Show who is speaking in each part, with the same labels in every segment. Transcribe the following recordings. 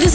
Speaker 1: this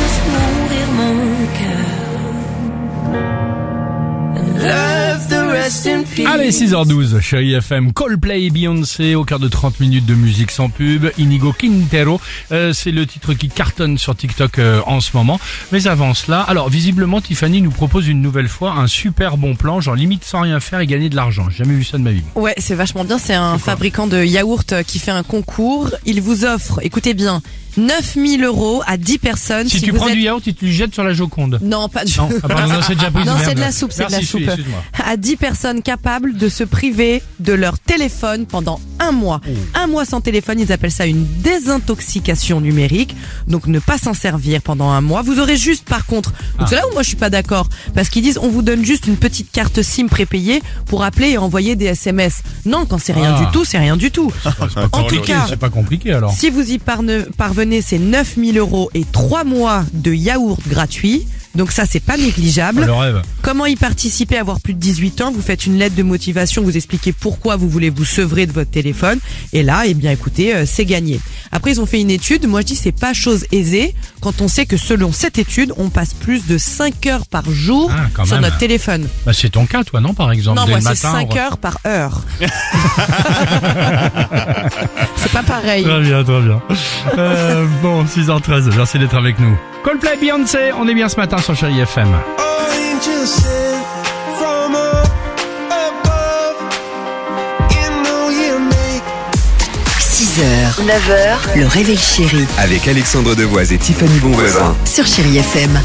Speaker 2: Allez, 6h12, chérie FM, Coldplay et Beyoncé, au quart de 30 minutes de musique sans pub, Inigo Quintero, euh, c'est le titre qui cartonne sur TikTok euh, en ce moment. Mais avant cela, alors visiblement Tiffany nous propose une nouvelle fois un super bon plan, genre limite sans rien faire et gagner de l'argent. J'ai jamais vu ça de ma vie. moi.
Speaker 3: Ouais, c'est vachement bien. C'est un fabricant de yaourt euh, qui fait un concours. Il vous offre, écoutez bien, 9000 euros à 10 personnes.
Speaker 2: Si, tu
Speaker 3: vous
Speaker 2: prends
Speaker 3: êtes-
Speaker 2: du yaourt et tu le jettes sur la Joconde.
Speaker 3: Non, pas du
Speaker 2: Non, ah, pardon, non, c'est déjà pris,
Speaker 3: Non,
Speaker 2: merde.
Speaker 3: c'est de la soupe, c'est de la
Speaker 2: Merci,
Speaker 3: soupe.
Speaker 2: excuse-moi.
Speaker 3: À 10 personnes capables de se priver de leur téléphone pendant un mois.
Speaker 2: Oh.
Speaker 3: Un mois sans téléphone, ils appellent ça une désintoxication numérique. Donc ne pas s'en servir pendant un mois. Vous aurez juste, par contre,
Speaker 2: Ah.
Speaker 3: donc c'est là où moi je suis pas d'accord. Parce qu'ils disent, on vous donne juste une petite carte SIM prépayée pour appeler et envoyer des SMS. Non, quand c'est rien
Speaker 2: Ah.
Speaker 3: du tout, Ah, c'est rien du tout. En tout cas,
Speaker 2: C'est pas compliqué alors.
Speaker 3: si vous y parne- parvenez, c'est 9000 euros et 3 mois de yaourt gratuit. Donc ça, c'est pas négligeable.
Speaker 2: Le rêve.
Speaker 3: Comment y participer Avoir plus de 18 ans, vous faites une lettre de motivation, vous expliquez pourquoi vous voulez vous sevrer de votre téléphone. Et là, eh bien, écoutez, euh, c'est gagné. Après, ils ont fait une étude. Moi, je dis, c'est pas chose aisée quand on sait que selon cette étude, on passe plus de 5 heures par jour
Speaker 2: Ah, quand
Speaker 3: sur
Speaker 2: même.
Speaker 3: notre téléphone.
Speaker 2: Bah, c'est ton cas, toi, non, par exemple
Speaker 3: Non,
Speaker 2: Dès
Speaker 3: moi,
Speaker 2: le
Speaker 3: c'est
Speaker 2: matin,
Speaker 3: 5
Speaker 2: on-
Speaker 3: heures par heure. c'est pas pareil.
Speaker 2: Très bien, très bien. Euh, bon, 6h13, merci d'être avec nous. Coldplay Beyoncé, on est bien ce matin sur Chéri FM.
Speaker 4: You know you make
Speaker 5: 6h, 9h, le réveil chéri
Speaker 6: Avec Alexandre Devoise et Tiffany Bonvoisin.
Speaker 5: sur Chérie FM.